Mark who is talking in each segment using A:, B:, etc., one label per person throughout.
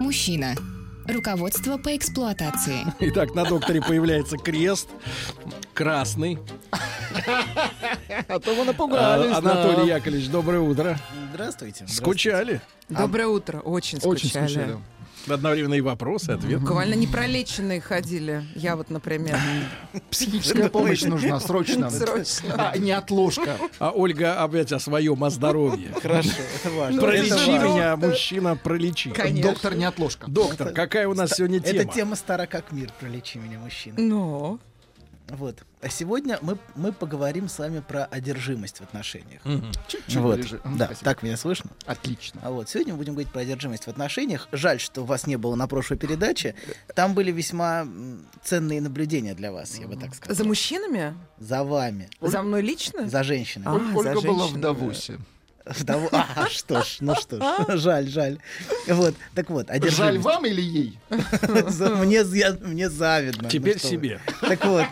A: Мужчина. Руководство по эксплуатации.
B: Итак, на докторе появляется крест красный.
C: А то вы
B: А,
C: напугались.
B: Анатолий Яковлевич, доброе утро.
C: Здравствуйте.
B: Скучали?
D: Доброе утро. Очень скучали.
C: Очень скучали.
B: Одновременно и вопросы, и ответ.
D: Буквально непролеченные ходили. Я вот, например.
C: Психическая помощь нужна срочно.
D: Срочно.
C: А, Не отложка.
B: А Ольга опять о своем, о здоровье.
C: Хорошо, это важно.
B: Пролечи
C: Это важно.
B: меня, мужчина, пролечи.
D: Конечно.
C: Доктор не отложка.
B: Доктор, какая у нас сегодня тема?
E: Эта тема стара как мир, пролечи меня, мужчина.
D: Но.
E: Вот. А сегодня мы, мы поговорим с вами про одержимость в отношениях.
C: Чуть-чуть
E: Вот.
C: ближе. Мгм,
E: Да,
C: спасибо.
E: так меня слышно?
C: Отлично.
E: А вот сегодня мы будем говорить про одержимость в отношениях. Жаль, что вас не было на прошлой передаче. Там были весьма м, ценные наблюдения для вас, я бы так сказал.
D: За мужчинами?
E: За вами,
D: За мной лично?
E: за женщиной.
D: А, за
C: Ольга была в
D: женщин.
C: Давосе.
E: Вдов- А, что ж, ну что ж, жаль, жаль. Вот, так вот,
C: Жаль
E: одержимость.
C: вам или ей?
E: За- Мне, я- мне завидно. Ну
B: Теперь
E: что вы.
B: себе.
E: Так вот,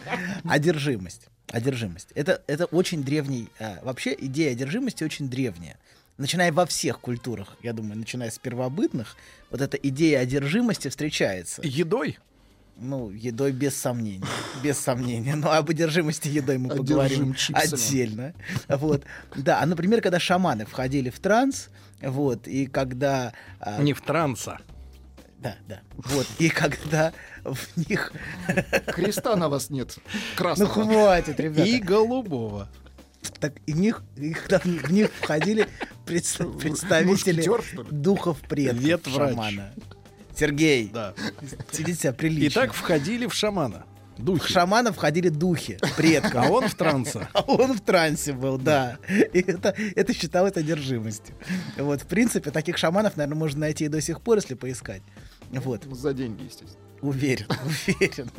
E: одержимость. Одержимость. Это, это очень древний... э, вообще идея одержимости очень древняя. Начиная во всех культурах, я думаю, начиная с первобытных, вот эта идея одержимости встречается.
B: Едой?
E: Ну, едой без сомнения. Без сомнения. Но об одержимости едой мы
C: Одержим
E: поговорим
C: чипсами.
E: отдельно. Вот. Да, а, например, когда шаманы входили в транс, вот, и когда... а,
B: Не в транса.
E: Да, да. Вот, и когда в них...
C: Креста на вас нет.
E: Ну,
C: Красного.
E: хватит, ребята.
B: И голубого.
E: Так и в них, и когда в них, в них входили предста- представители
C: Мушкетер, что ли?
E: духов предков
B: Ветврач.
E: шамана. Сергей,
B: Да.
E: сидите себя прилично.
B: Итак, входили в шамана.
E: в
B: Духи.
E: шамана входили духи предков.
B: А он в транса.
E: А он в трансе был, да. И это, это считалось одержимостью. Вот, в принципе, таких шаманов, наверное, можно найти и до сих пор, если поискать. Вот.
C: За деньги, естественно.
E: Уверен, уверен.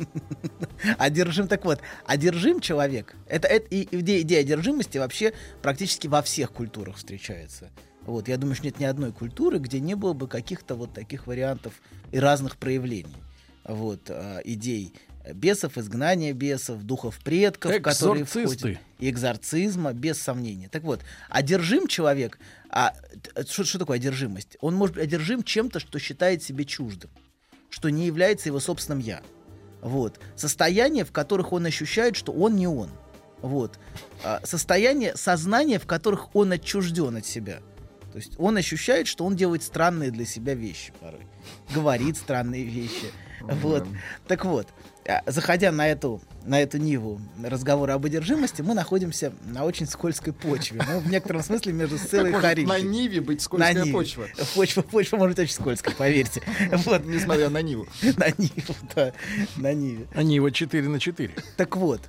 E: Одержим, так вот, одержим человек. Это, это и, и идея, идея одержимости вообще практически во всех культурах встречается. Вот, я думаю, что нет ни одной культуры, где не было бы каких-то вот таких вариантов и разных проявлений. Вот, а, идей бесов, изгнания бесов, духов предков, которые
B: Экзорцисты.
E: входят. И экзорцизма, без сомнения. Так вот, одержим человек, а т- что, что такое одержимость? Он может быть одержим чем-то, что считает себе чуждым что не является его собственным я. Вот. Состояние, в которых он ощущает, что он не он. Вот. А, Состояние сознания, в которых он отчужден от себя. То есть он ощущает, что он делает странные для себя вещи порой. Говорит странные вещи.
C: Ну
E: Вот. Так вот, а, заходя на эту, на эту ниву разговора об одержимости, мы находимся на очень скользкой почве. Мы в некотором смысле между
C: Как
E: целой и
C: может на
E: Харибдой.
C: Ниве быть
E: На
C: скользкая
E: Ниве.
C: почва?
E: Почва, почва может быть очень скользкой, поверьте. Вот.
C: Несмотря на Ниву.
E: На Ниву, да, на Ниве.
B: Они его 4 на 4.
E: Так вот,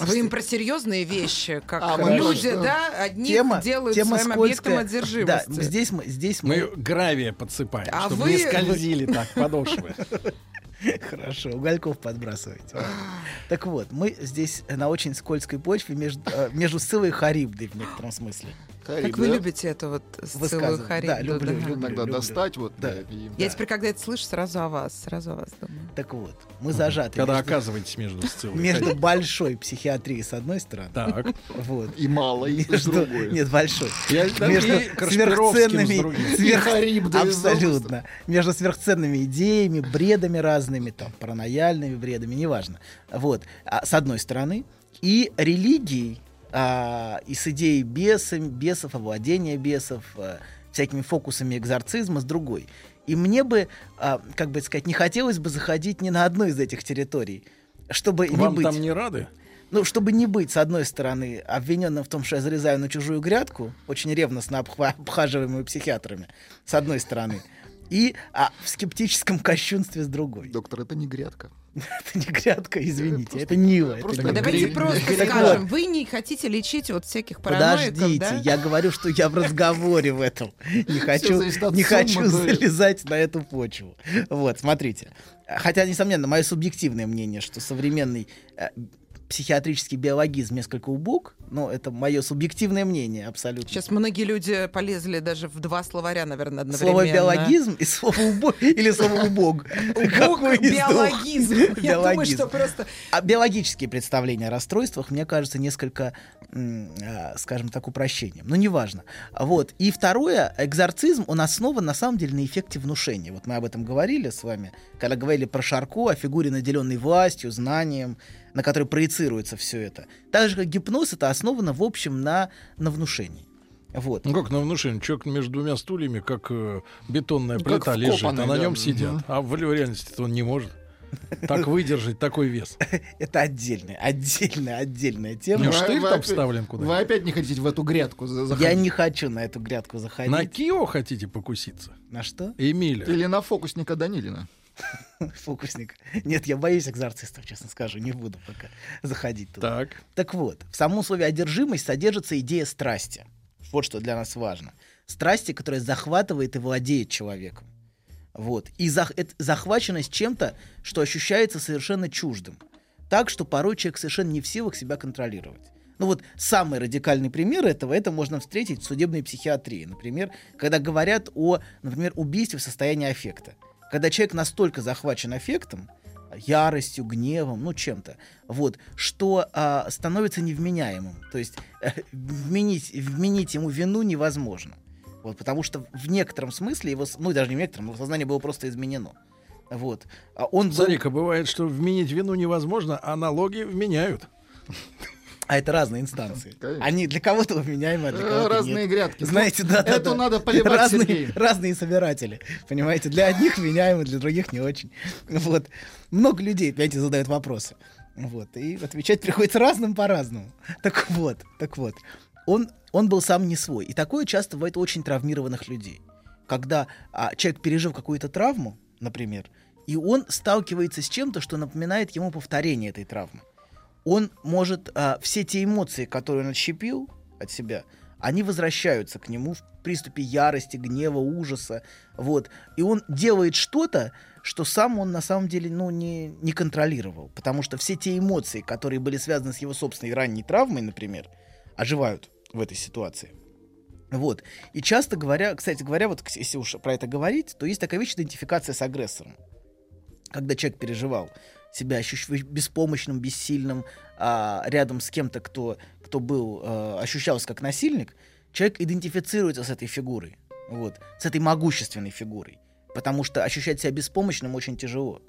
D: Вы им про серьезные вещи, как
C: А, мы
D: люди,
C: просто-
D: да, одни
E: тема,
D: делают
E: тема
D: своим
E: скользкая.
D: объектом одержимости.
E: Да, здесь мы, здесь
B: Мы
E: мы...
B: гравия подсыпаем,
D: А
B: чтобы
D: вы-
B: не скользили так подошвы.
E: Хорошо, угольков подбрасывайте. Так вот, мы здесь на очень скользкой почве между, э, между Сциллой и Харибдой в некотором смысле.
D: Как
C: Харибда.
D: вы любите это вот целую
E: Высказывание.
D: харибду.
E: Да, люблю,
D: да.
E: люблю.
C: Иногда достать вот.
E: Да.
C: да, и-
D: Я теперь, когда это слышу, сразу о вас, сразу о вас думаю.
E: Так вот, мы зажаты
B: Когда
E: между,
B: оказываетесь между сцилой.
E: между большой психиатрией с одной стороны,
B: Так.
E: вот,
C: И мало, и
E: между-
C: другое.
E: нет, большой,
B: Я
E: между
B: и Кашпировским с
E: сверхценными,
B: другим.
C: И
E: сверх-
C: Харибда из Августа.
E: Абсолютно. Между сверхценными идеями, бредами разными, там, паранояльными бредами, неважно. Вот. А, с одной стороны. И религией, а, и с идеей бесом, бесов, овладения бесов, а, всякими фокусами экзорцизма, с другой. И мне бы, а, как бы сказать, не хотелось бы заходить ни на одну из этих территорий. Чтобы не
B: Вам
E: быть.
B: там не рады?
E: Ну, чтобы не быть, с одной стороны, обвиненным в том, что я залезаю на чужую грядку, очень ревностно обхва- обхаживаемую психиатрами, с одной стороны, и а, в скептическом кощунстве с другой.
C: Доктор, это не грядка.
E: Это не грядка, извините,
C: просто-
E: это Нива.
C: просто
E: Это
C: Ну,
D: А
E: Нива.
D: давайте
C: гри-
D: просто
C: гри-
D: скажем, вы не хотите лечить вот всяких параноиков,
E: Подождите,
D: да?
E: я говорю, что я в разговоре в этом. Не хочу,
C: зависит от
E: не
C: суммы,
E: хочу
C: да.
E: залезать на эту почву. Вот, смотрите. Хотя, несомненно, мое субъективное мнение, что современный э, психиатрический биологизм несколько убог, но это мое субъективное мнение абсолютно.
D: Сейчас многие люди полезли даже в два словаря, наверное, одновременно.
E: слово биологизм и слово убог или слово убог. Какой из двух?
D: биологизм. Я думаю,
E: Биологизм.
D: что просто
E: А биологические представления о расстройствах, мне кажется, несколько, м, а, скажем так, упрощением. Но неважно. Вот. И второе, экзорцизм, он основан на самом деле на эффекте внушения. Вот мы об этом говорили с вами, когда говорили про Шарко, о фигуре, наделенной властью, знанием, на которой проецируется все это. Так же, как гипноз, это основано, в общем, на, на внушении. Вот.
B: Ну как на внушение? Человек между двумя стульями, как э, бетонная
C: Ну, как
B: плита лежит, а
C: вкопанный,
B: на
C: да.
B: нем
C: Мгм.
B: сидят. А в реальности он не может. Так выдержать такой вес.
E: Это отдельная, отдельная, отдельная
B: Ну,
E: тема.
B: штырь
C: Вы
B: там
C: опять-
B: вставлен куда
C: Вы опять не хотите в эту грядку за- заходить?
E: Я не хочу на эту грядку заходить.
B: На Кио хотите покуситься?
E: На что?
B: Эмиля.
C: Или на фокусника Данилина.
E: Фокусник. Нет, я боюсь экзорцистов, честно скажу. Не буду пока заходить туда.
B: Так.
E: Так вот, в самом слове одержимость содержится идея страсти. Вот что для нас важно. Страсти, которая захватывает и владеет человеком. Вот. И зах- это захваченность чем-то, что ощущается совершенно чуждым. Так, что порой человек совершенно не в силах себя контролировать. Ну вот самый радикальный пример этого, это можно встретить в судебной психиатрии, например, когда говорят о, например, убийстве в состоянии аффекта. Когда человек настолько захвачен аффектом, яростью, гневом, ну чем-то, вот, что а, становится невменяемым. То есть э, вменить, вменить ему вину невозможно. Вот, потому что в некотором смысле его, с- ну даже не в некотором, его сознание было просто изменено. Вот. А он был-
B: Смотри-ка, бывает, что вменить вину невозможно, а налоги вменяют.
E: А это разные инстанции.
C: Конечно.
E: Они для кого-то вменяемые, а для
C: Э,
E: кого-то
C: Разные
E: нет.
C: грядки.
E: Знаете, да, да,
C: Эту
E: да.
C: надо поливать,
E: разные,
C: Сергей.
E: разные собиратели. Понимаете, для одних вменяемые, для других не очень. Вот. Много людей, понимаете, задают вопросы. Вот. И отвечать приходится разным по-разному. Так вот, так вот. Он, он был сам не свой. И такое часто бывает у очень травмированных людей. Когда а, человек пережил какую-то травму, например, и он сталкивается с чем-то, что напоминает ему повторение этой травмы он может а, все те эмоции, которые он отщепил от себя, они возвращаются к нему в приступе ярости, гнева, ужаса, вот. И он делает что-то, что сам он на самом деле, ну, не, не контролировал, потому что все те эмоции, которые были связаны с его собственной ранней травмой, например, оживают в этой ситуации. Вот. И часто говоря, кстати говоря, вот к- если уж про это говорить, то есть такая вещь идентификация с агрессором. Когда человек переживал себя ощущ- беспомощным, бессильным, а, рядом с кем-то, кто, кто был, э, ощущался как насильник, человек идентифицируется с этой фигурой, вот, с этой могущественной фигурой, потому что ощущать себя беспомощным очень тяжело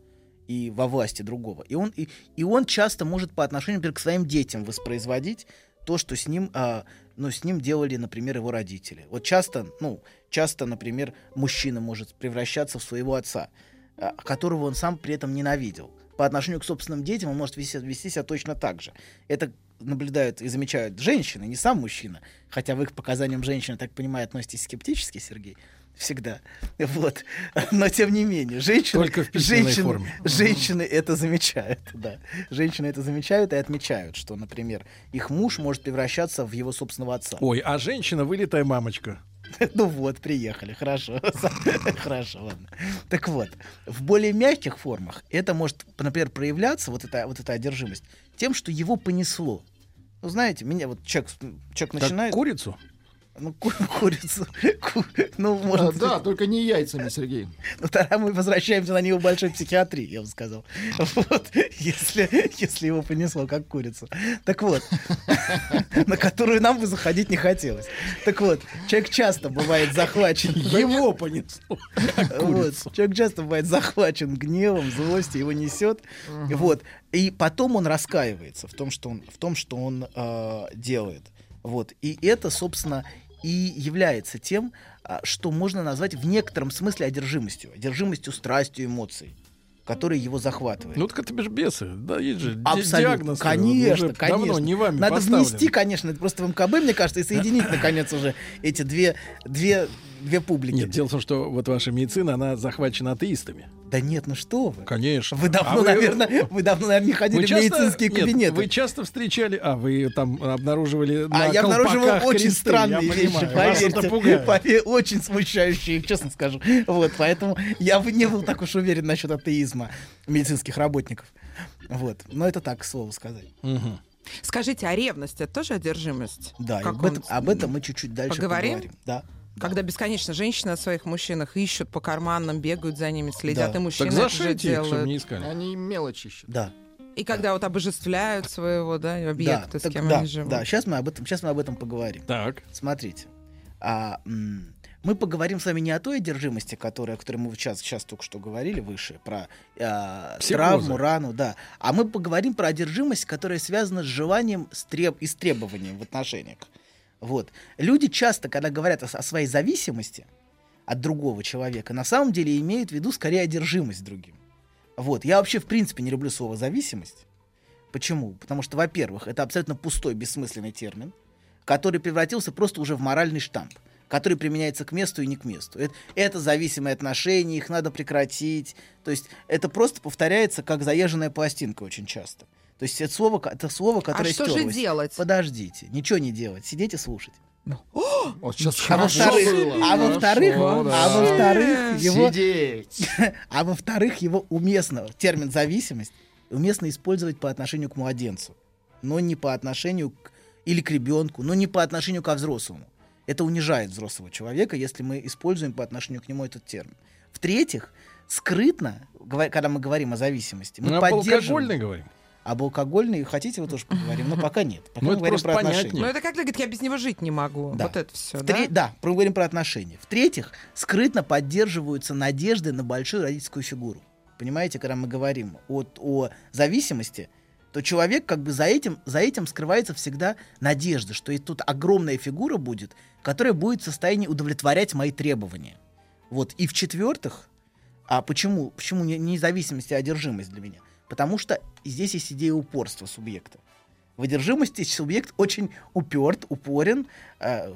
E: и во власти другого. И он, и, и он часто может по отношению, например, к своим детям воспроизводить то, что с ним, а, ну, с ним делали, например, его родители. Вот часто, ну, часто, например, мужчина может превращаться в своего отца, а, которого он сам при этом ненавидел. По отношению к собственным детям он может вести, вести себя точно так же. Это наблюдают и замечают женщины, не сам мужчина. Хотя в их показаниям женщины, так понимаю, относитесь скептически, Сергей, всегда. Вот. Но тем не менее, женщины...
B: Только в письменной
E: женщины-
B: форме.
E: Женщины это замечают, да. Женщины это замечают и отмечают, что, например, их муж может превращаться в его собственного отца.
B: Ой, а женщина вылитая мамочка.
E: Ну вот, приехали, хорошо. Хорошо, ладно. Так вот, в более мягких формах это может, например, проявляться, вот эта, вот эта одержимость, тем, что его понесло. Ну, знаете, меня вот человек, человек
B: Как
E: начинает...
B: курицу?
E: Ну, ку- курицу. ку- ну,
C: А,
E: может,
C: Да, только не яйцами, Сергей.
E: Ну, тогда мы возвращаемся на него в большой психиатрии, я бы сказал. Вот, если, если его понесло, как курицу. Так вот, на которую нам бы заходить не хотелось. Так вот, человек часто бывает захвачен... Его понесло, Человек часто бывает захвачен гневом, злостью, его несет. Вот. И потом он раскаивается в том, что он, в том, что он э, делает. Вот. И это, собственно, и является тем, а, что можно назвать в некотором смысле одержимостью. Одержимостью страстью эмоций, которые его захватывают.
B: Ну так это же бесы. Да, есть же ди- диагноз. э,
E: конечно,
B: уже
E: конечно.
B: Давно не вами
E: Надо
B: поставлен.
E: внести, конечно, это просто в МКБ, мне кажется, и соединить, наконец, уже эти две, две две публики.
B: Нет, дело в том, что вот ваша медицина, она захвачена атеистами.
E: Да нет, ну что вы.
B: Конечно.
E: Вы давно,
B: А вы-
E: наверное, вы давно, наверное, не ходили
B: вы
E: в
B: часто-
E: медицинские
B: нет,
E: кабинеты.
B: вы часто встречали... А, вы ее там обнаруживали на
E: А я обнаруживал
B: колпаках
E: очень
B: кресты,
E: странные
B: я
E: вещи,
B: понимаю. Вас это
E: поверьте.
B: пугает.
E: Пове- Очень смущающие, честно скажу. Вот, поэтому я бы не был так уж уверен насчет атеизма медицинских работников. Вот. Но это так, к слову сказать.
B: Мгм.
D: Скажите, а ревность это тоже одержимость?
E: Да, и
D: Как
E: об, этом,
D: он-
E: об этом мы чуть-чуть дальше
D: поговорим?
E: поговорим. Да.
D: Когда бесконечно женщины о своих мужчинах ищут по карманам, бегают за ними, следят,
E: Да.
D: и мужчины
B: Так
D: это же
B: зашейте их,
D: делают.
B: чтобы не искали.
C: Они мелочи ищут.
E: Да,
D: И когда вот обожествляют своего, да,
E: да,
D: объекта, с
E: так,
D: кем
E: да,
D: они живут.
E: да, сейчас мы об этом, сейчас мы об этом поговорим.
B: Так.
E: Смотрите, а, м, мы поговорим с вами не о той одержимости, которая, о которой мы сейчас, сейчас только что говорили выше, про а,
B: Психозы.
E: травму, рану, да, а мы поговорим про одержимость, которая связана с желанием стреб- и с требованием в отношениях. Вот. Люди часто, когда говорят о, с- о своей зависимости от другого человека, на самом деле имеют в виду скорее одержимость другим. Вот. Я вообще, в принципе, не люблю слово «зависимость». Почему? Потому что, во-первых, это абсолютно пустой, бессмысленный термин который превратился просто уже в моральный штамп, который применяется к месту и не к месту. Это, это зависимые отношения, их надо прекратить. То есть это просто повторяется как заезженная пластинка очень часто. То есть это слово, ко- это слово которое
D: а что же
E: стёрлось.
D: делать?
E: Подождите, ничего не делать, сидеть и слушать.
C: Вот сейчас
E: А
C: хорошо
E: во-вторых,
C: было.
E: а во-вторых,
C: Хорошо,
E: а
C: да.
D: Э,
E: во-вторых, его,
C: Сидеть.
E: а во-вторых, его уместно, термин зависимость, уместно использовать по отношению к младенцу, но не по отношению к, или к ребенку, но не по отношению ко взрослому. Это унижает взрослого человека, если мы используем по отношению к нему этот термин. В-третьих, скрытно, говоря- когда мы говорим о зависимости, мы
B: Мы об
E: поддерживаем...
B: Ну, а алкогольной говорим.
E: Об алкогольной хотите, вы тоже поговорим, но пока нет. Пока
B: Ну,
E: мы
B: это
E: говорим
B: просто
E: про отношения.
B: понятнее.
D: Ну это как говорит, я без него жить не могу.
E: Да.
D: Вот это все,
E: В тре-
D: да?
E: Да, мы говорим про отношения. В-третьих, скрытно поддерживаются надежды на большую родительскую фигуру. Понимаете, когда мы говорим от, о зависимости, то человек как бы за этим, за этим скрывается всегда надежда, что и тут огромная фигура будет, которая будет в состоянии удовлетворять мои требования. Вот. И в-четвертых, а почему, почему не- независимость и одержимость для меня? Потому что здесь есть идея упорства субъекта. В одержимости субъект очень уперт, упорен, э,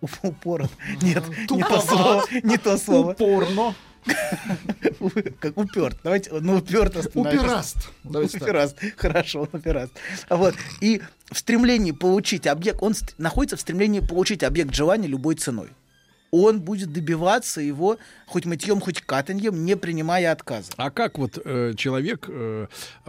E: уп- упорот. Нет, не то слово. Не то слово.
C: Упорно.
E: Как уперт. Давайте, ну уперт остановимся.
C: Упираст. Давайте так.
E: Упераст. Хорошо, он упераст. Вот. И в стремлении получить объект, он ст- находится в стремлении получить объект желания любой ценой. Он будет добиваться его хоть мытьем, хоть катаньем, не принимая отказа.
B: А как вот э, человек э,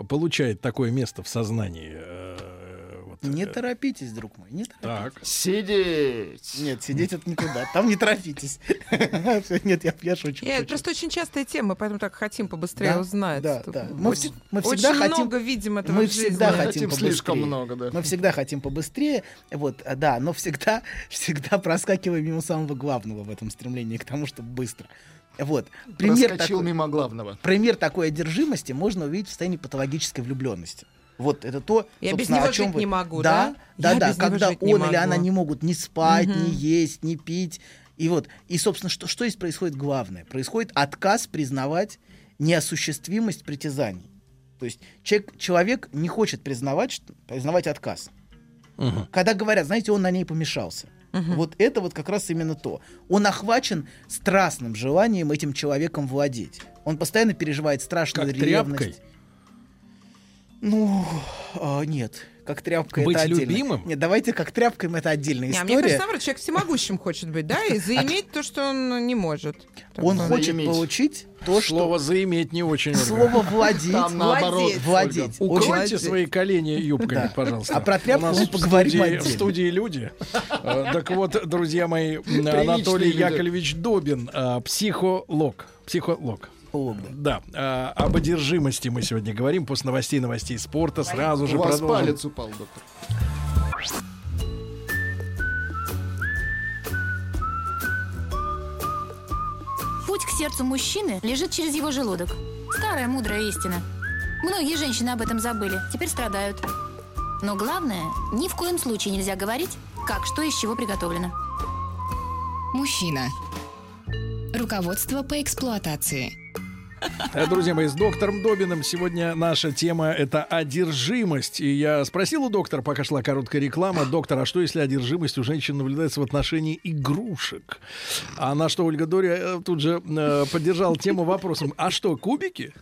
B: получает такое место в сознании? э, вот,
E: Не
B: э,
E: торопитесь, друг мой, не торопитесь.
B: Так.
C: Сидеть.
E: Нет, сидеть это не туда. Там не торопитесь. Нет, я, я шучу.
D: Э, это
E: шучу.
D: просто очень частая тема, поэтому так хотим побыстрее
E: Да,
D: узнать.
E: да,
D: Тут
E: да. Мы
D: очень-
E: вс- мы всегда
D: очень
E: хотим-
D: много видим этого
E: мы
D: в жизни.
E: всегда хотим
C: Хотим
E: побыстрее.
C: слишком много, да.
E: Мы всегда хотим побыстрее, вот, а, да, но всегда, всегда проскакиваем мимо самого главного в этом стремлении к тому, чтобы быстро. Вот. Пример,
C: Проскочил
E: такой-
C: мимо главного.
E: пример такой одержимости можно увидеть в состоянии патологической влюбленности. Вот это то,
D: Я без
E: собственно,
D: него
E: о чем
D: жить
E: вы-
D: не могу,
E: Да,
D: да?
E: да,
D: Я
E: да.
D: без него
E: когда он
D: жить не
E: или она
D: могу.
E: не могут не спать, не есть, не пить. И вот, и собственно, что, что здесь происходит главное? Происходит отказ признавать неосуществимость притязаний. То есть человек, человек не хочет признавать, что- признавать отказ.
B: Мгм.
E: Когда говорят, знаете, он на ней помешался. Вот это вот как раз именно то. Он охвачен страстным желанием этим человеком владеть. Он постоянно переживает страшную
B: Как
E: ревность.
B: тряпкой?
E: Ну, а, нет. Как тряпкой
B: Быть
E: это отдельно.
B: любимым?
E: Нет, давайте как тряпкой это отдельная
D: Не, а
E: история.
D: мне кажется, наоборот, человек всемогущим хочет быть, да, и заиметь то, что он ну, не может. Так
E: он
D: вот.
C: надо
E: хочет
C: иметь.
E: получить то, что...
B: Слово заиметь не очень. Ольга.
E: Слово владеть.
C: Там наоборот.
D: Владеть.
E: Владеть. Очень-
B: Укройте свои колени юбками,
E: Да.
B: пожалуйста.
E: А про тряпку
B: У нас
E: мы
B: в
E: поговорим
B: студии- В
E: отдельно.
B: студии люди. Э, Так вот, друзья мои, Анатолий
C: люди.
B: Яковлевич Добин, э, психолог. Психолог.
E: Психолог, да.
B: Да, э, об одержимости мы сегодня говорим. После новостей, новостей спорта сразу же
C: У вас
B: продолжим.
C: палец упал, доктор.
F: Путь к сердцу мужчины лежит через его желудок. Старая мудрая истина. Многие женщины об этом забыли, теперь страдают. Но главное, ни в коем случае нельзя говорить, как что из чего приготовлено.
A: Мужчина. Руководство по эксплуатации.
B: Э, Друзья мои, с доктором Добиным сегодня наша тема — это одержимость. И я спросил у доктора, пока шла короткая реклама, доктор, а что, если одержимость у женщин наблюдается в отношении игрушек? А на что Ольга Доря э, тут же э, поддержала тему вопросом, а что, кубики?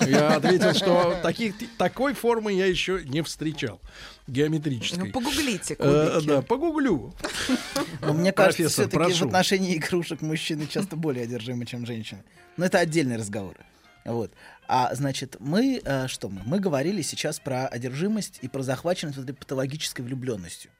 B: Я ответил, что таких, такой формы я еще не встречал.
D: Ну,
B: Геометрической.
D: погуглите
B: Э,
D: Ну, кубики.
B: да, погуглю.
E: Но мне кажется,
B: Профессор,
E: все-таки в
B: прошу.
E: отношении игрушек мужчины часто более одержимы, чем женщины. Но это отдельный разговор. Вот. А значит, мы э, что мы? Мы говорили сейчас про одержимость и про захваченность вот этой патологической влюбленностью.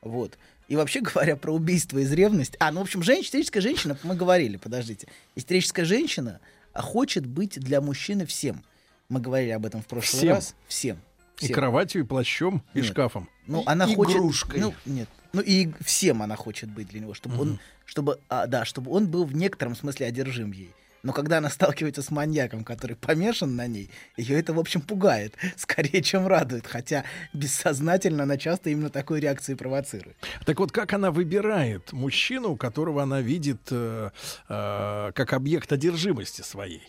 E: Вот. И вообще говоря про убийство из ревности. А, ну, в общем, женщина, истерическая женщина, мы говорили, подождите. Истерическая женщина а хочет быть для мужчины всем. Мы говорили об этом в прошлый
B: Всем.
E: раз. Всем.
B: И
E: Всем.
B: кроватью, и плащом, и
E: Нет.
B: шкафом.
E: Ну,
C: И
E: она хочет...
C: игрушкой.
E: Ну, нет. Ну, и всем она хочет быть для него, чтобы он... Чтобы, а, да, чтобы он был в некотором смысле одержим ей. Но когда она сталкивается с маньяком, который помешан на ней, ее это, в общем, пугает, скорее, чем радует. Хотя бессознательно она часто именно такой реакции провоцирует.
B: Так вот, как она выбирает мужчину, которого она видит э, э, как объект одержимости своей?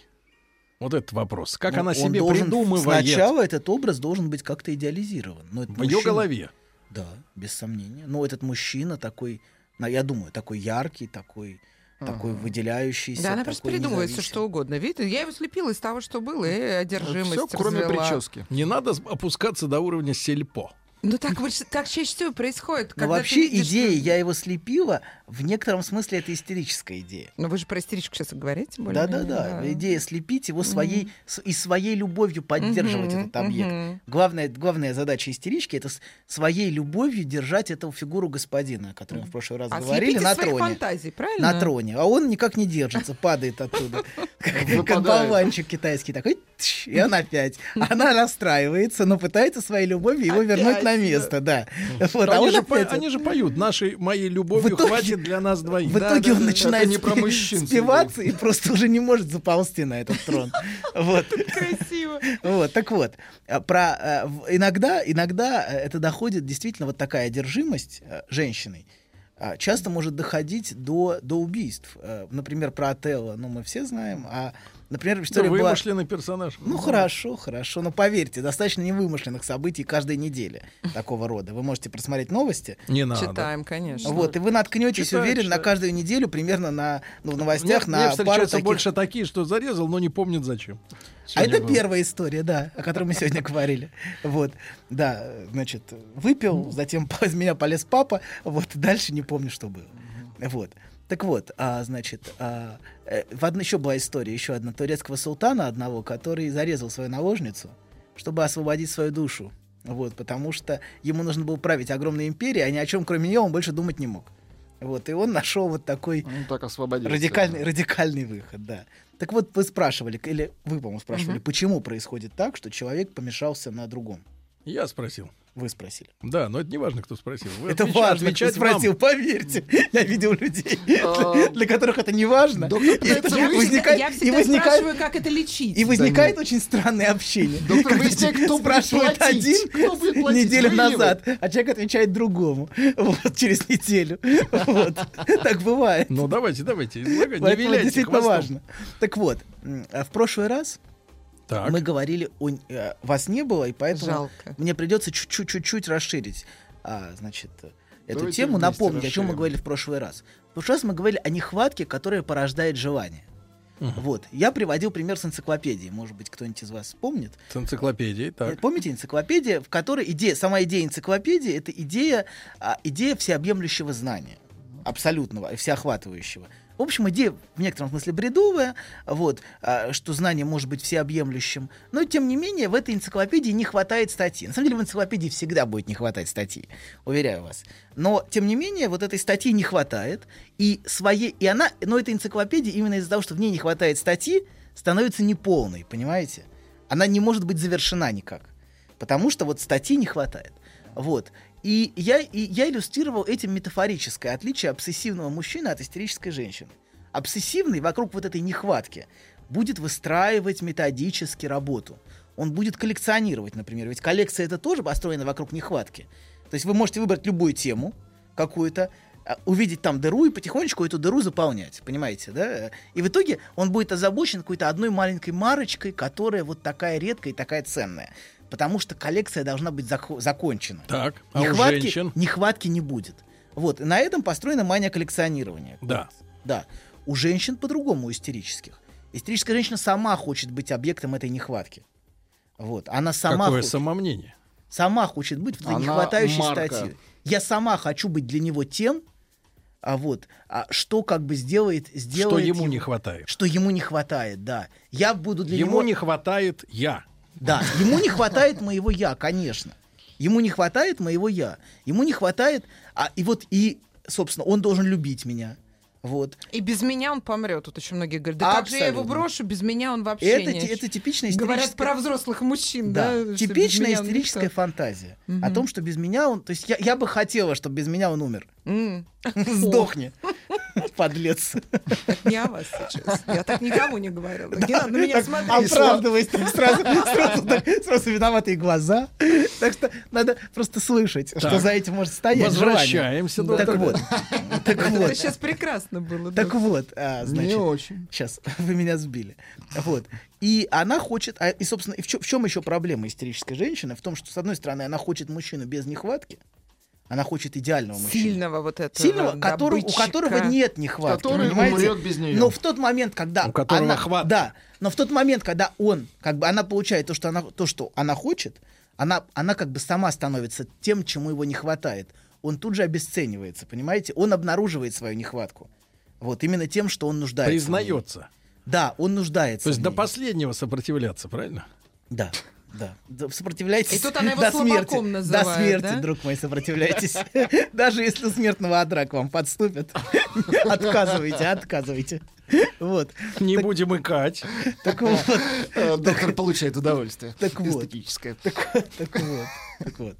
B: Вот этот вопрос. Как
E: Ну,
B: она
E: он
B: себе
E: должен-
B: придумывает
E: Сначала этот образ должен быть как-то идеализирован. Но этот
B: в ее
E: мужчина-
B: голове?
E: Да, без сомнения. Но этот мужчина такой, ну, я думаю, такой яркий, такой, такой выделяющийся.
D: Да, она просто
E: такой
D: придумывает все,
E: независимый.
D: что угодно. Видите, я его слепила из того, что было, и одержимость
C: Все, кроме
D: развела.
C: прически.
B: Не надо с- опускаться до уровня сельпо.
D: Ну так, больше- так чаще всего происходит.
E: Но
D: Когда
E: Ну, вообще
D: ты видишь-
E: идея «я его слепила» в некотором смысле это истерическая идея.
D: Ну вы же про истеричку сейчас говорите.
E: Да-да-да, идея слепить его своей, с- и своей любовью поддерживать
D: Мгм,
E: этот объект.
D: мгм.
E: Главная, главная задача истерички — это с- своей любовью держать этого фигуру господина, о котором мы в прошлый раз
D: А
E: говорили,
D: слепить
E: на
D: из своих
E: троне.
D: фантазий, правильно?
E: На троне. А он никак не держится, падает оттуда. Как- Как
C: Выпадает.
E: болванчик китайский такой. тш, И он опять. Она расстраивается, но пытается своей любовью его вернуть на место. Да. Вот, а
B: они,
E: он
B: же по-
E: опять вот-
B: они же поют. Нашей моей любовью
E: В итоге-
B: хватит для нас двоих.
E: В итоге он
C: да, да,
E: начинает
C: это не про
E: спи-
C: мужчин,
E: спиваться и просто уже не может заползти на этот трон. Вот.
D: Красиво.
E: Вот, так вот, а, про э, в- иногда, иногда э, это доходит действительно вот такая одержимость э, женщиной. а, Часто может доходить до, до убийств. Э, Например, про Отелло, ну, мы все знаем. А, например,
B: Да,
E: история была...
B: вымышленный персонаж.
E: Ну хорошо, хорошо, но поверьте, достаточно невымышленных событий каждой недели такого рода. Вы можете просмотреть новости,
B: Не надо.
D: Читаем, конечно.
E: вот, и вы наткнетесь,
B: Читаю,
E: уверен, на
B: читаю.
E: каждую неделю примерно на ну, в
B: Мне,
E: новостях
B: мне
E: на пару
B: встречаются
E: таких.
B: больше такие, что зарезал, но не помнит зачем.
E: А
B: Сегодня
E: это
B: было.
E: первая история, да, о которой мы сегодня говорили. Вот, да, значит, выпил, затем из меня полез папа, вот, дальше не помню, что было. Вот. Так вот, а, значит, а, э, в одной еще была история, еще одна турецкого султана одного, который зарезал свою наложницу, чтобы освободить свою душу. Вот, потому что ему нужно было править огромной империей, а ни о чем кроме нее он больше думать не мог. Вот, и он нашел вот такой
C: Ну, так освободился. Э,
E: Радикальный, радикальный выход, да. Так вот, вы спрашивали, или вы, по-моему, спрашивали, почему происходит так, что человек помешался на другом?
B: Я спросил.
E: Вы спросили.
B: Да, но это не важно, кто спросил. Вы
E: это
B: отвеча-
E: важно, кто
B: отвечать вам.
E: спросил, поверьте. Я видел людей, для,
C: А.
E: для которых это не важно.
C: Доктор
E: и, это
C: пытается
D: Я
C: выяснить-
D: всегда,
E: возникает,
D: я
E: и
D: всегда
E: возникает,
D: спрашиваю, как это лечить.
E: и возникает очень странное общение.
C: Доктор
E: Когда
C: выясняет, кто будет
E: спрашивает
C: платить.
E: один
C: Кто будет платить,
E: неделю
C: вы или
E: назад, а человек отвечает другому. Вот, через неделю. Вот. Так бывает.
B: Ну давайте, давайте, излагайте, не
E: Поэтому это
B: виляйте
E: действительно
B: хвостом.
E: важно. Так вот, м, а в прошлый раз
B: Так.
E: мы говорили, о, н- э, вас не было, и поэтому
D: Жалко.
E: мне придется чуть-чуть, чуть-чуть расширить, а, значит, э, эту
C: Давайте
E: тему,
C: вместе
E: напомнить, о чем мы
C: расширим.
E: говорили в прошлый раз. В прошлый раз мы говорили о нехватке, которая порождает желание. Вот, я приводил пример с энциклопедией, может быть, кто-нибудь из вас вспомнит.
B: С энциклопедией,
E: Э,
B: так.
E: Помните энциклопедия, в которой идея, сама идея энциклопедии это идея, а, идея всеобъемлющего знания, абсолютного и всеохватывающего. В общем, идея в некотором смысле бредовая, вот, а, что знание может быть всеобъемлющим, но тем не менее в этой энциклопедии не хватает статьи. На самом деле в энциклопедии всегда будет не хватать статьи, уверяю вас. Но тем не менее вот этой статьи не хватает, и своей, и она, но эта энциклопедия именно из-за того, что в ней не хватает статьи, становится неполной, понимаете? Она не может быть завершена никак потому что вот статьи не хватает. Вот. И я, и я иллюстрировал этим метафорическое отличие обсессивного мужчины от истерической женщины. Обсессивный вокруг вот этой нехватки будет выстраивать методически работу. Он будет коллекционировать, например. Ведь коллекция это тоже построена вокруг нехватки. То есть вы можете выбрать любую тему какую-то, а, увидеть там дыру и потихонечку эту дыру заполнять, понимаете, да? И в итоге он будет озабочен какой-то одной маленькой марочкой, которая вот такая редкая и такая ценная. Потому что коллекция должна быть зак- закончена.
B: Так, а у
E: Нехватки,
B: женщин?
E: нехватки не будет. Вот, и на этом построена мания коллекционирования.
B: Да.
E: Да. У женщин по-другому, у истерических. Истерическая женщина сама хочет быть объектом этой нехватки. Вот. Она сама,
B: Какое
E: хочет,
B: самомнение.
E: сама хочет быть вот этой
C: Она
E: нехватающей
C: марка.
E: статьей. Я сама хочу быть для него тем, а вот, а что как бы сделает, сделает
B: Что ему не хватает.
E: что ему не хватает, да. Я буду для
B: Ему
E: него
B: не хватает я.
E: да, ему не хватает моего я, конечно. Ему не хватает моего я. Ему не хватает, а и вот и, собственно, он должен любить меня. Вот.
D: И без меня он помрет. Тут очень многие говорят, да как же я его
E: Абсолютно.
D: брошу, без меня он вообще
E: это,
D: не...
E: ти- это типичная истерическая...
D: Говорят про взрослых мужчин, да?
E: Да,
D: что без
E: типичная
D: меня он
E: истерическая фантазия о том, что без меня он, то есть я, я бы хотела, чтобы без меня он умер,
D: М,
E: сдохни, подлец.
D: это не о вас сейчас. Я так никому не говорила. Не надо А на меня
E: Так а
D: смотреть.
E: Оправдываясь, так сразу, сразу, так, сразу виноватые глаза. Так что надо просто слышать, что
B: Так.
E: за этим может стоять.
B: Возвращаемся,
E: желание.
B: доктор.
E: Так вот, так
D: Это
E: вот,
D: сейчас прекрасно было.
E: Так
D: да.
E: вот, а,
C: Не
E: значит,
C: очень.
E: сейчас вы меня сбили. Вот. И она хочет, а, и, собственно, и в, чем, еще проблема истерической женщины? В том, что, с одной стороны, она хочет мужчину без нехватки, она хочет идеального мужчину.
D: Сильного вот этого
E: Сильного, который- у
D: добытчика.
E: которого нет нехватки.
C: Э, Который
E: понимаете?
C: умрет без нее.
E: Но в тот момент, когда
B: У которого
E: она,
B: хват.
E: Да, но в тот момент, когда он, как бы она получает то, что она, то, что она хочет, она, она как бы сама становится тем, чему его не хватает. Он тут же обесценивается, понимаете? Он обнаруживает свою нехватку. Вот именно тем, что он нуждается. в ней.
B: Признается.
E: Да, он нуждается.
B: То есть
E: в
B: до
E: ней.
B: последнего сопротивляться, правильно?
E: Да, да. Да, Сопротивляйтесь
D: И тут она его
E: до
D: слабаком
E: смерти.
D: называет,
E: до смерти,
D: да?
E: друг мой, сопротивляйтесь. Даже если смертного адра к вам подступят, отказывайте, отказывайте. Вот.
B: Не будем икать.
E: Так вот,
C: Э, Доктор получает удовольствие.
E: Так вот.
C: Эстетическое.
E: так вот, так вот.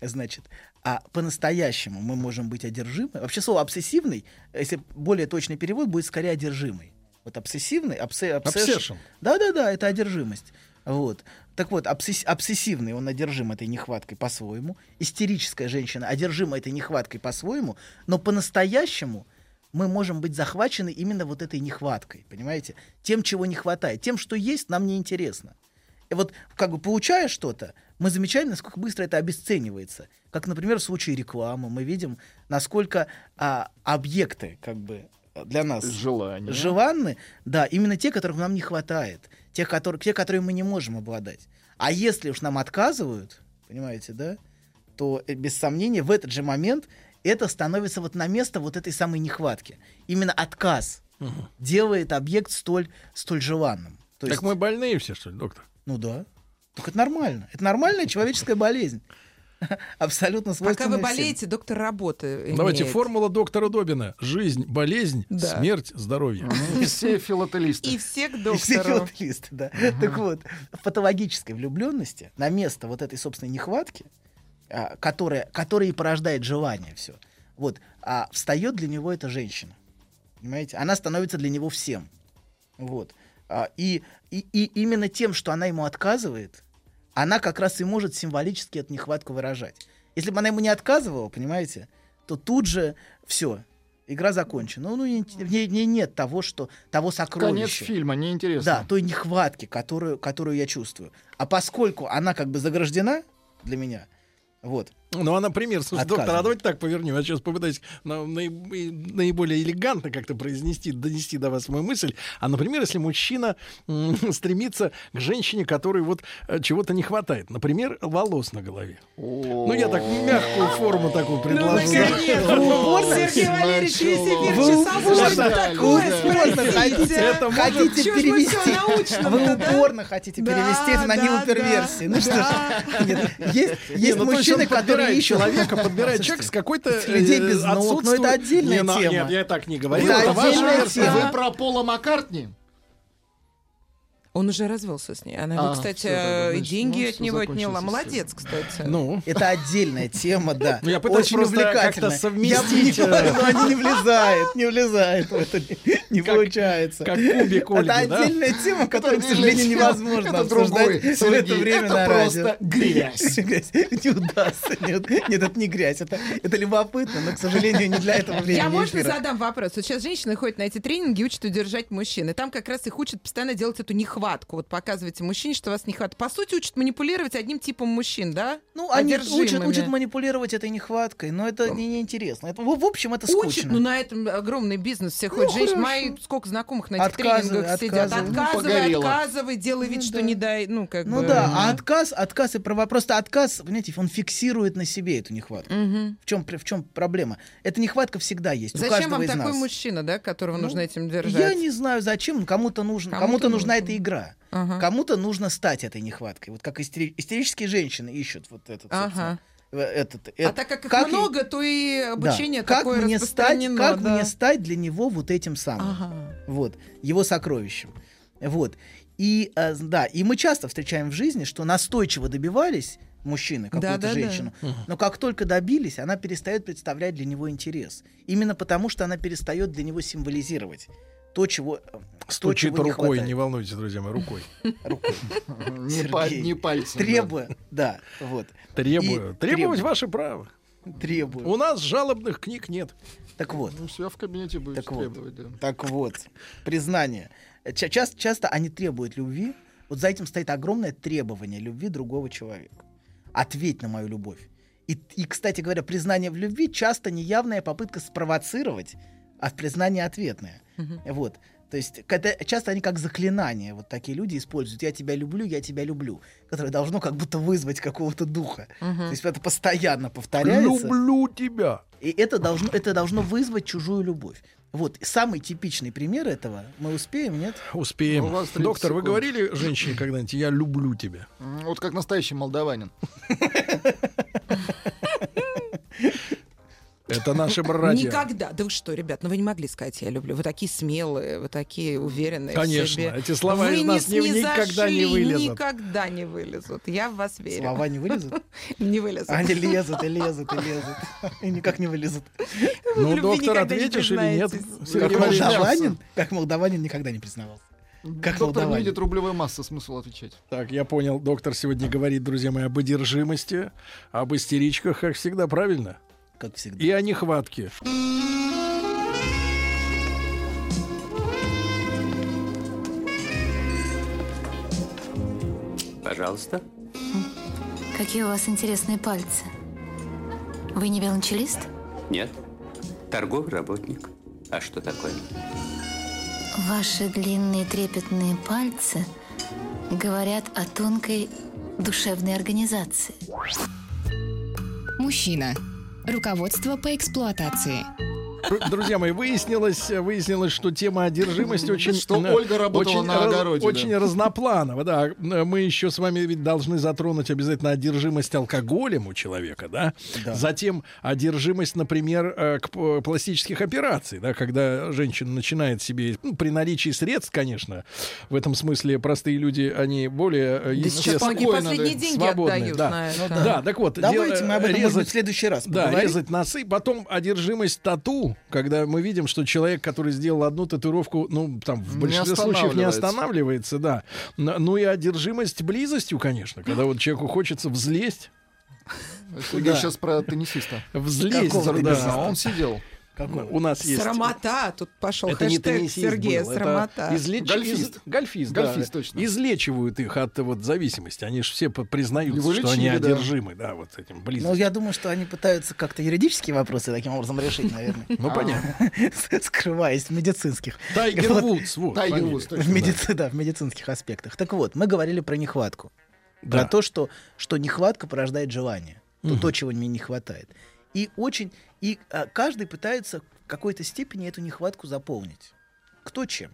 E: Значит, а по-настоящему мы можем быть одержимы. Вообще слово обсессивный, если более точный перевод, будет скорее одержимый. Вот обсессивный, обсе,
B: Obsession.
E: Да-да-да, это одержимость. Вот. Так вот, обсес- обсессивный, он одержим этой нехваткой по-своему. Истерическая женщина одержима этой нехваткой по-своему, но по-настоящему мы можем быть захвачены именно вот этой нехваткой, понимаете? Тем, чего не хватает. Тем, что есть, нам неинтересно. И вот как бы получая что-то, мы замечаем, насколько быстро это обесценивается. Как, например, в случае рекламы мы видим, насколько а, объекты как бы для нас
C: Желание.
E: желанны, да, именно те, которых нам не хватает, те, которые, те, которые мы не можем обладать. А если уж нам отказывают, понимаете, да, то э, без сомнения в этот же момент это становится вот на место вот этой самой нехватки. Именно отказ делает объект столь, столь желанным. То
B: Так
E: есть-
B: мы больные все, что ли, доктор?
E: ну да. Так это нормально. Это нормальная человеческая болезнь. Абсолютно
D: Пока
E: свойственная
D: вы
E: всем.
D: болеете, доктор работы
B: Давайте
D: имеет.
B: формула доктора Добина. Жизнь, болезнь,
D: Да.
B: смерть, здоровье.
C: Ну, И все филателисты.
D: И всех
E: И все
D: докторов.
E: филателисты, да. Так вот, в патологической влюбленности на место вот этой собственной нехватки, а, которая, которая и порождает желание все, вот, а встает для него эта женщина. Понимаете? Она становится для него всем. Вот. А, и, и, и именно тем, что она ему отказывает, она как раз и может символически эту нехватку выражать. Если бы она ему не отказывала, понимаете, то тут же все, игра закончена. Ну, ну, и- в ней, в ней нет того, что того сокровища.
C: Конец фильма,
E: Да,
C: неинтересно.
E: той нехватки, которую, которую я чувствую. А поскольку она как бы заграждена для меня, вот,
B: Ну, а, например, слушай,
E: Отказано.
B: доктор, а давайте так повернем. Я сейчас попытаюсь на- наиб- и- наиболее элегантно как-то произнести, донести до вас мою мысль. А, например, если мужчина м, стремится к женщине, которой вот э, чего-то не хватает. Например, волос на голове. Ну, я так мягкую форму
E: Ну,
B: такую ну, предложу.
D: Сергей Валерьевич, весь эфир
E: Вы
D: часовой.
E: упорно-
D: Что такое,
E: вы упорно хотите-
D: спросите?
B: Это может-
E: хотите
D: Чё ж мы
E: перевести.
D: всё научно-то,
E: Вы
D: да?
E: упорно хотите
D: Да,
E: перевести это
D: да,
E: на Ниву
D: да,
E: перверсии. Ну что ж, нет, есть,
B: Не,
E: есть
B: ну, то есть
E: мужчины,
B: он подбирает
E: которые ищут
B: человека, подбирает человек с какой-то э,
E: людей без ног, но
B: отсутствует-
E: это отдельная
B: Не, на-
E: тема.
B: Нет, я так не говорил.
E: Это
B: Это ваша
E: отдельная
B: версия.
E: тема.
C: Вы про Пола Маккартни?
D: Он уже развелся с ней. Она,
C: А,
D: его, кстати,
C: всё, да, да,
D: и
C: значит,
D: деньги
C: ну,
D: от
C: всё,
D: него отняла.
C: закончилась
D: Молодец, кстати.
B: Ну,
E: Это отдельная тема, да.
B: Ну, я пытаюсь
E: Очень
B: просто
E: увлекательно.
B: как-то совместить,
E: Я
B: э.
E: понимаю, но они не влезает, не влезает в это, не- не
B: Как-
E: получается.
B: как кубик
E: это
B: Ольги, да?
E: отдельная тема, которую, к
C: Отдельная
E: сожалению,
C: тема.
E: невозможно
C: Это
E: обсуждать
C: другой,
E: в это
C: Сергей.
E: время
C: Это
E: на
C: просто
E: радио.
C: грязь.
E: Грязь. Не удастся. Нет, нет, это не грязь. Это, это любопытно, но, к сожалению, не для этого времени
D: Я можно
E: эфира.
D: задам вопрос? Вот сейчас женщины ходят на эти тренинги и учат удержать мужчин. И там как раз их учат постоянно делать эту нехватку. Вот показывайте мужчине, что вас не хватает. По сути, учат манипулировать одним типом мужчин, да?
E: Ну, они
D: Одержимыми.
E: учат, учат манипулировать этой нехваткой, но это не, неинтересно. Это, в в общем, это скучно. Ну,
D: Учат, ну на этом огромный бизнес все ходят. Женщины, мои сколько знакомых на этих
E: Отказывай,
D: тренингах сидят.
E: отказывай.
C: Ну,
D: Отказывай,
C: погорело.
D: отказывай, делай вид,
E: Ну,
D: что
E: да.
D: не дай. Ну, как
E: Ну
D: бы.
E: да, а отказ, отказ и права. Просто отказ, понимаете, он фиксирует на себе эту нехватку.
D: Мгм.
E: В чем, в чем проблема? Эта нехватка всегда есть. у
D: Зачем
E: каждого
D: вам
E: из
D: такой
E: нас.
D: мужчина, да, которого
E: Ну,
D: нужно этим
E: Я
D: держать?
E: не знаю, зачем. Кому-то нужно,
D: Кому-то
E: кому-то нужна
D: нужно.
E: эта игра.
D: Ага.
E: Кому-то нужно стать этой нехваткой. Вот как истери- истерические женщины ищут вот этот,
D: Ага.
E: собственно, э, этот,
D: А
E: э,
D: так как их
E: как и-
D: много, то и
E: да.
D: обучение
E: как
D: такое
E: мне стать,
D: распространено.
E: как
D: да.
E: мне стать для него вот этим самым,
D: Ага.
E: вот его сокровищем, вот и э, да, и мы часто встречаем в жизни, что настойчиво добивались мужчины какую-то
D: Да-да-да.
E: женщину, но как только добились, она перестает представлять для него интерес, именно потому что она перестает для него символизировать то, чего э, то,
B: стучит
E: чего не
B: рукой, не
E: хватает.
B: волнуйтесь, друзья мои, рукой.
E: Рукой.
C: Не, па-
E: Сергей,
C: не пальцем. да.
E: Требуя, да, вот,
B: Требую.
E: И
B: Требовать
E: требую.
B: ваше право.
E: требую.
B: У нас жалобных книг нет.
E: Так вот.
C: Ну, себя в кабинете будешь
E: Так вот.
C: требовать, да.
E: Так вот, признание. Ча- часто, часто они требуют любви. Вот за этим стоит огромное требование любви другого человека. Ответь на мою любовь. И, и, кстати говоря, признание в любви часто неявная попытка спровоцировать, а признание ответное. Вот. То есть когда- часто они как заклинание вот такие люди используют. Я тебя люблю, я тебя люблю. Которое должно как будто вызвать какого-то духа. То есть это постоянно повторяется.
B: Люблю тебя.
E: И это должно, это должно вызвать чужую любовь. Вот самый типичный пример этого мы успеем, нет?
B: Успеем.
C: У вас 30
B: Доктор, вы
C: секунд.
B: говорили женщине когда-нибудь, я люблю тебя?
C: М, Вот как настоящий молдаванин.
B: Это наше братья.
D: Никогда. Да вы что, ребят, ну вы не могли сказать «я люблю». Вы такие смелые, вы такие уверенные в
B: Конечно,
D: себе.
B: эти слова
D: Вы
B: из нас
D: не
B: ни- никогда не
D: снизошли,
B: вылезут.
D: Никогда не вылезут. Я в вас верю.
E: Слова не вылезут.
D: Не вылезут.
E: Они лезут и лезут и лезут. И никак не вылезут.
D: Вы в
B: Ну,
D: любви
B: доктор,
D: никогда не
B: ответишь или нет?
D: признаетесь.
B: Сергей
E: Как
B: Валерьевич.
E: молдаванин, как молдаванин никогда не признавался. Как
C: Доктор не
E: молдаванин.
C: видит рублевой массы, смысл отвечать.
B: Так, я понял, доктор сегодня говорит, друзья мои, об одержимости, об истеричках, как всегда, правильно?
E: Как всегда.
B: И о нехватке.
G: Пожалуйста.
F: Какие у вас интересные пальцы. Вы не велончелист?
G: Нет. Торговый работник. А что такое?
F: Ваши длинные трепетные пальцы говорят о тонкой душевной организации.
A: Мужчина. Руководство по эксплуатации.
B: Дру- Друзья мои, выяснилось, выяснилось, что тема одержимости очень...
C: Что
B: э,
C: Ольга работала
B: очень
C: на
B: раз-
C: огороде, да.
B: Очень разнопланово, да. Э, Мы еще с вами ведь должны затронуть обязательно одержимость алкоголем у человека, да?
E: Да.
B: Затем одержимость, например, э, к п- пластических операций, да, когда женщина начинает себе, ну, при наличии средств, конечно, в этом смысле простые люди, они более э,
D: Да сейчас
B: естественно...
D: многие
C: спокойно,
D: последние
B: да,
D: деньги
B: свободные,
D: отдают
B: да.
D: на
E: Ну
D: это.
B: Да, так вот,
E: Давайте
B: дел-
E: мы об этом, может
B: резать-
E: быть, в следующий раз
B: да,
E: поговорим.
B: резать носы. Потом одержимость тату, когда мы видим, что человек, который сделал одну татуировку, ну, там, в
C: Не
B: большинстве случаев не
C: останавливается.
B: останавливается, да. Н- Ну и одержимость близостью, конечно, когда вот человеку хочется взлезть.
C: Я сейчас про теннисиста.
B: Взлезть,
E: Какого Ну,
B: да.
E: теннисиста?
C: А он сидел.
E: Какого?
B: У нас есть...
D: Срамота. Тут пошел
B: Это не
D: хэштег
B: теннисист
D: Сергея.
B: был, это
D: Срамота.
B: излеч-
C: Гольфист.
B: из- Гольфист, да.
C: Гольфист, точно.
B: Излечивают их от вот зависимости. Они же все по- признаются,
C: Его
B: что они
C: лечили, да.
B: одержимы, да, вот этим
E: Ну,
B: близостью.
E: я думаю, что они пытаются как-то юридические вопросы таким образом решить, наверное.
B: Ну, понятно.
E: С- Скрываясь в медицинских.
B: Тайгер
E: Вот.
B: Вудс, вот.
C: Тайгер
B: фамилия.
C: Вудс,
E: В,
C: точно, да.
E: медици- да, в медицинских аспектах. Так вот, мы говорили про нехватку.
B: Да.
E: Про то, что, что нехватка порождает желание. То, то, чего мне не хватает. И очень... И а, каждый пытается в какой-то степени эту нехватку заполнить. Кто чем.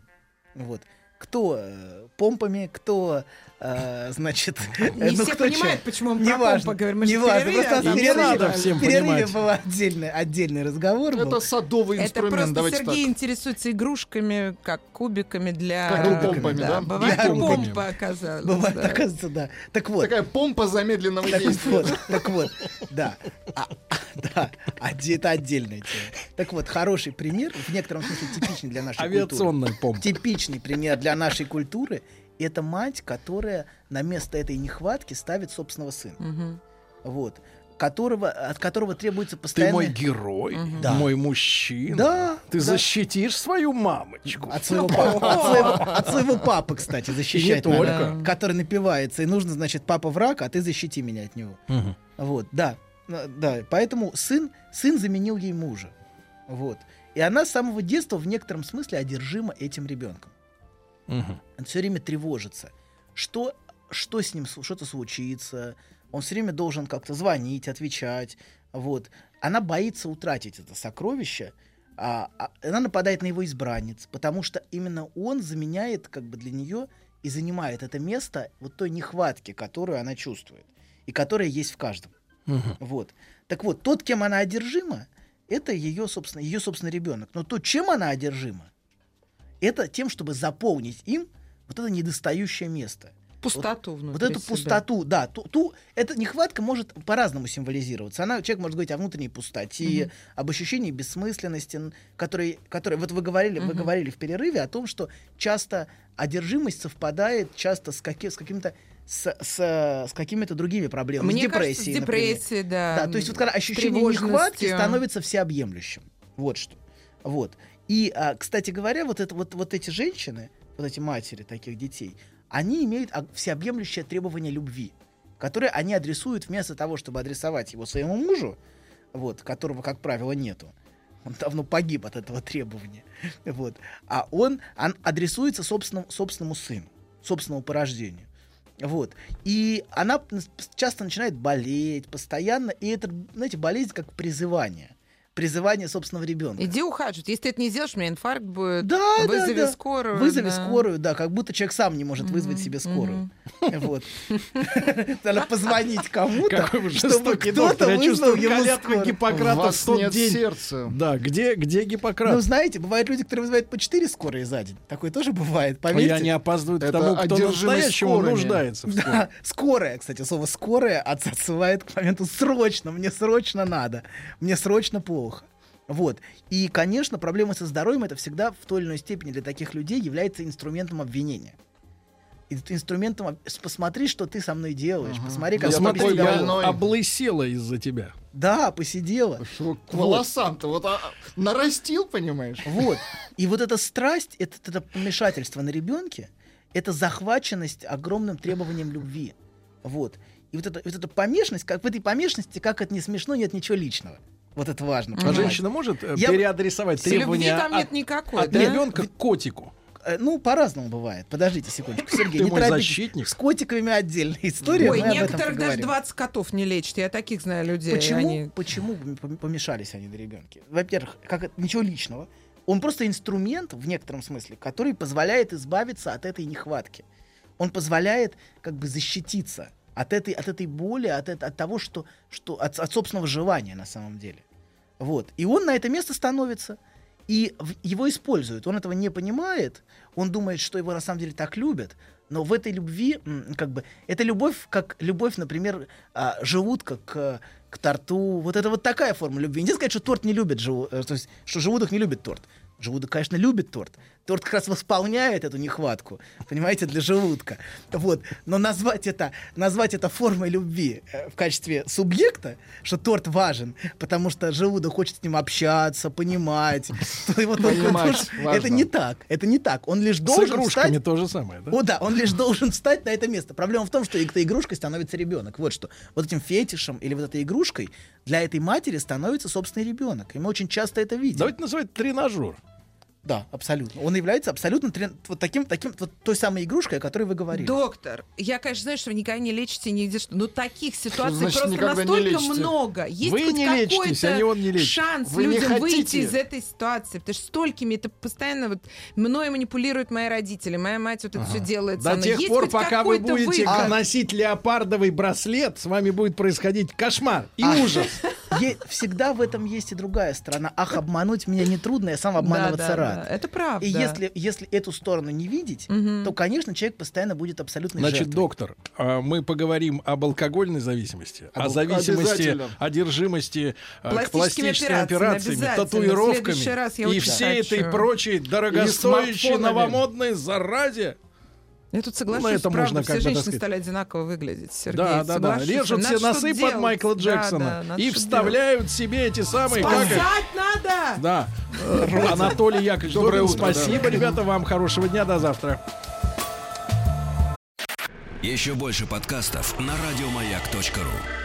E: Вот. К- кто э, помпами, кто, э, значит,
D: Не
E: ну,
D: все
E: кто чем.
D: понимают, почему мы про
E: Неважно,
D: помпа говорим. Мы же а
E: неважно,
D: перерыве
E: просто у
B: не
E: нас в перерыве-
B: надо всем
E: в перерыве
B: понимать.
E: был отдельный, отдельный разговор. был.
C: Это садовый
D: Это
C: инструмент,
D: просто
C: давайте
D: Сергей
C: так.
D: интересуется игрушками, как кубиками для...
C: Как и помпами, да?
D: Бывает,
E: И
B: помпами.
D: помпа оказалась.
E: Бывает,
D: да.
E: оказывается, да. Так вот,
C: Такая помпа замедленного
E: так
C: действия.
E: вот, так вот, да. А, да, оде- это отдельная тема. Так вот, хороший пример, в некотором смысле типичный для нашей культуры.
B: Авиационная помпа.
E: Типичный пример для нашей культуры — это мать, которая на место этой нехватки ставит собственного сына.
D: Мгм.
E: Вот. Которого, от которого требуется
B: Ты
E: постоянно...
B: мой герой,
E: Да.
B: мой мужчина.
E: Да,
B: Ты
E: да.
B: защитишь свою мамочку.
E: От своего, папы, от, своего, от своего папы, кстати, защищать
B: И не
E: надо,
D: только.
E: который напивается. И нужно, значит, папа враг, а ты защити меня от него.
B: Мгм.
E: Вот, да. Э, Да, поэтому сын, сын заменил ей мужа. Вот. И она с самого детства в некотором смысле одержима этим ребенком.
B: Мгм.
E: Он все время тревожится. Что, что с ним, су- что-то случится. Он все время должен как-то звонить, отвечать. Вот. Она боится утратить это сокровище. а- а она нападает на его избранниц, потому что именно он заменяет как бы для нее и занимает это место вот той нехватки, которую она чувствует и которая есть в каждом.
B: Мгм.
E: Вот. Так вот, тот, кем она одержима, это ее, собственно, ее собственный ребенок. Но то, чем она одержима, это тем, чтобы заполнить им вот это недостающее место.
D: Пустоту
E: Вот
D: внутри
E: эту
D: себя.
E: пустоту, да, ту, ту- эта нехватка может по-разному символизироваться. Она, человек может говорить о внутренней пустоте, об ощущении бессмысленности, н- которые, которые, вот вы говорили, вы
D: Мгм.
E: говорили в перерыве о том, что часто одержимость совпадает часто с, каки- с каким-то с, с- с какими-то другими проблемами,
D: Мне
E: с депрессией,
D: кажется, с
E: например.
D: депрессией, да.
E: Да, то есть вот когда ощущение
D: тревожностью.
E: нехватки становится всеобъемлющим. Вот что. Вот. И, а, кстати говоря, вот, это, вот, вот эти женщины, вот эти матери таких детей, они имеют а, всеобъемлющее требование любви, которое они адресуют вместо того, чтобы адресовать его своему мужу, вот, которого, как правило, нету. Он давно погиб от этого требования. Вот. А он, он адресуется собственному, собственному сыну, собственному порождению. Вот. И она п- нас- часто начинает болеть постоянно, и это, знаете, болезнь как призывание. Призывание собственного ребенка.
D: Иди ухаживать. Если ты это не сделаешь, у меня инфаркт будет.
E: Да,
D: Вызови
E: да, да.
D: скорую.
E: Вызови
D: да.
E: скорую, да, как будто человек сам не может
D: Мгм,
E: вызвать себе скорую.
D: мгм.
E: Вот. Надо позвонить кому-то,
B: Какой вы
E: чтобы
B: жестокий
E: кто-то
B: доктор, я
E: вызвал
B: чувствую,
E: ему
B: колядка
E: скорую.
C: У
B: Гиппократа
C: вас
B: в тот
C: нет
B: день.
C: сердца.
B: Да, где, где Гиппократ?
E: Ну, знаете, бывают люди, которые вызывают по 4 скорые за день. Такое тоже бывает,
B: А Я
E: поверьте.
B: не опаздывают к
C: Это
B: тому, кто
C: одержимость
B: настоящему
C: скорыми.
B: нуждается. в скорой.
E: Да, скорая, кстати, слово скорая отс- отсылает к моменту срочно, мне срочно надо, мне срочно плохо. Вот. И, конечно, проблемы со здоровьем это всегда в той или иной степени для таких людей является инструментом обвинения. И это инструментом об- с- посмотри, что ты со мной делаешь, посмотри, как
C: Я
E: ты
B: Посмотри,
C: такой
E: себя-
B: я
C: больной.
B: облысела из-за тебя.
E: Да, посидела.
C: Что к волосам-то? Вот а, нарастил, понимаешь?
E: Вот. И вот эта страсть, это, это помешательство на ребенке, это захваченность огромным требованием любви. Вот. И вот эта, вот эта помешанность, как в этой помешанности, как это не смешно, нет ничего личного. Вот это
B: А
E: важно. понимать.
B: женщина может э,
E: Я-
B: переадресовать
D: Любви
B: требования
D: там
B: от,
D: нет никакой,
B: от
D: да?
B: ребенка к котику?
E: Э, Ну, по-разному бывает. Подождите секундочку, Сергей,
B: Ты
E: не
B: мой
E: торопитесь.
B: защитник.
E: С котиками отдельная история,
D: Ой,
E: мы об этом
D: некоторых даже
E: поговорим.
D: 20 котов не лечат. Я таких знаю людей.
E: Почему,
D: Они...
E: почему пом- помешались они на ребенке? Во-первых, как это- ничего личного. Он просто инструмент, в некотором смысле, который позволяет избавиться от этой нехватки. Он позволяет как бы защититься от этой, от этой боли, от, эт- от того, что, что от, от собственного желания на самом деле. Вот. И он на это место становится. И в- его используют. Он этого не понимает. Он думает, что его на самом деле так любят. Но в этой любви, м, как бы, это любовь, как любовь, например, а, желудка к, э, к торту. Вот это вот такая форма любви. Нельзя сказать, что торт не любит желу- э, то есть, что желудок не любит торт. Желудок, конечно, любит торт. Торт как раз восполняет эту нехватку, понимаете, для желудка. Вот. Но назвать это, назвать это формой любви э, в качестве субъекта, что торт важен, потому что желудок хочет с ним общаться, понимать. что его только
C: Понимать
E: душ-
C: важно.
E: Это не так. Это не так. Он лишь
B: С
E: должен
B: игрушками
E: встать
B: то же самое, да?
E: о, да, он лишь должен встать на это место. Проблема в том, что эта игрушкой становится ребенок. Вот что. Вот этим фетишем или вот этой игрушкой для этой матери становится собственный ребенок. И мы очень часто это видим.
B: Давайте называть тренажер.
E: Да, абсолютно. Он является абсолютно трен- вот таким, таким, вот той самой игрушкой, о которой вы говорили.
D: Доктор, я, конечно, знаю, что вы никогда не лечите нигде, что- но таких ситуаций
C: значит,
D: просто
C: никогда не
D: настолько
C: лечите?
D: много. Есть
B: Вы
D: хоть
B: не
D: какой-то
B: лечитесь, а не он не лечит.
D: шанс
C: Вы не
D: людям выйти
C: хотите.
D: из этой ситуации, потому что столькими это постоянно вот мною манипулируют мои родители, моя мать вот это все делает. со
B: До
D: мной.
B: тех
D: Есть
B: пор,
D: хоть
B: пока вы
D: какой-то
B: будете
D: выход.
B: А носить леопардовый браслет, с вами будет происходить кошмар и
E: А.
B: ужас.
E: Е- всегда в этом есть и другая сторона. Ах, обмануть меня нетрудно, я сам
D: Да,
E: обманываться
D: да,
E: рад.
D: да, Это правда.
E: И если, если эту сторону не видеть, то, конечно, человек постоянно будет абсолютно
B: Значит, доктор, а, мы поговорим об алкогольной зависимости, о
C: Об-
B: зависимости,
C: обязательно. одержимости.
B: а, к
D: Пластическими
B: пластическим
D: операциями,
B: операциями,
D: обязательно. В следующий раз я
B: татуировками и
D: очень
B: всей
D: хочу.
B: этой прочей дорогостоящей
C: смартфонами.
B: новомодной заразе.
D: Я тут соглашусь,
B: это
D: правда,
B: можно
D: все
B: как бы, так
D: женщины
B: сказать.
D: стали одинаково выглядеть, Сергей,
B: Да, да, да.
D: соглашусь.
B: Режут
D: Надо
B: все
D: что-то
B: носы под
D: делать.
B: Майкла
D: Да, да,
B: Джексона
D: надо
B: и
D: что-то
B: вставляют себе эти самые...
D: делать.
B: как их?
D: Спасать надо!
B: Да. Э, Анатолий Яковлевич,
C: Доброе
B: Добин,
C: утро, да.
B: спасибо, ребята, вам хорошего дня, до завтра.
H: Еще больше подкастов на радиомаяк.ру.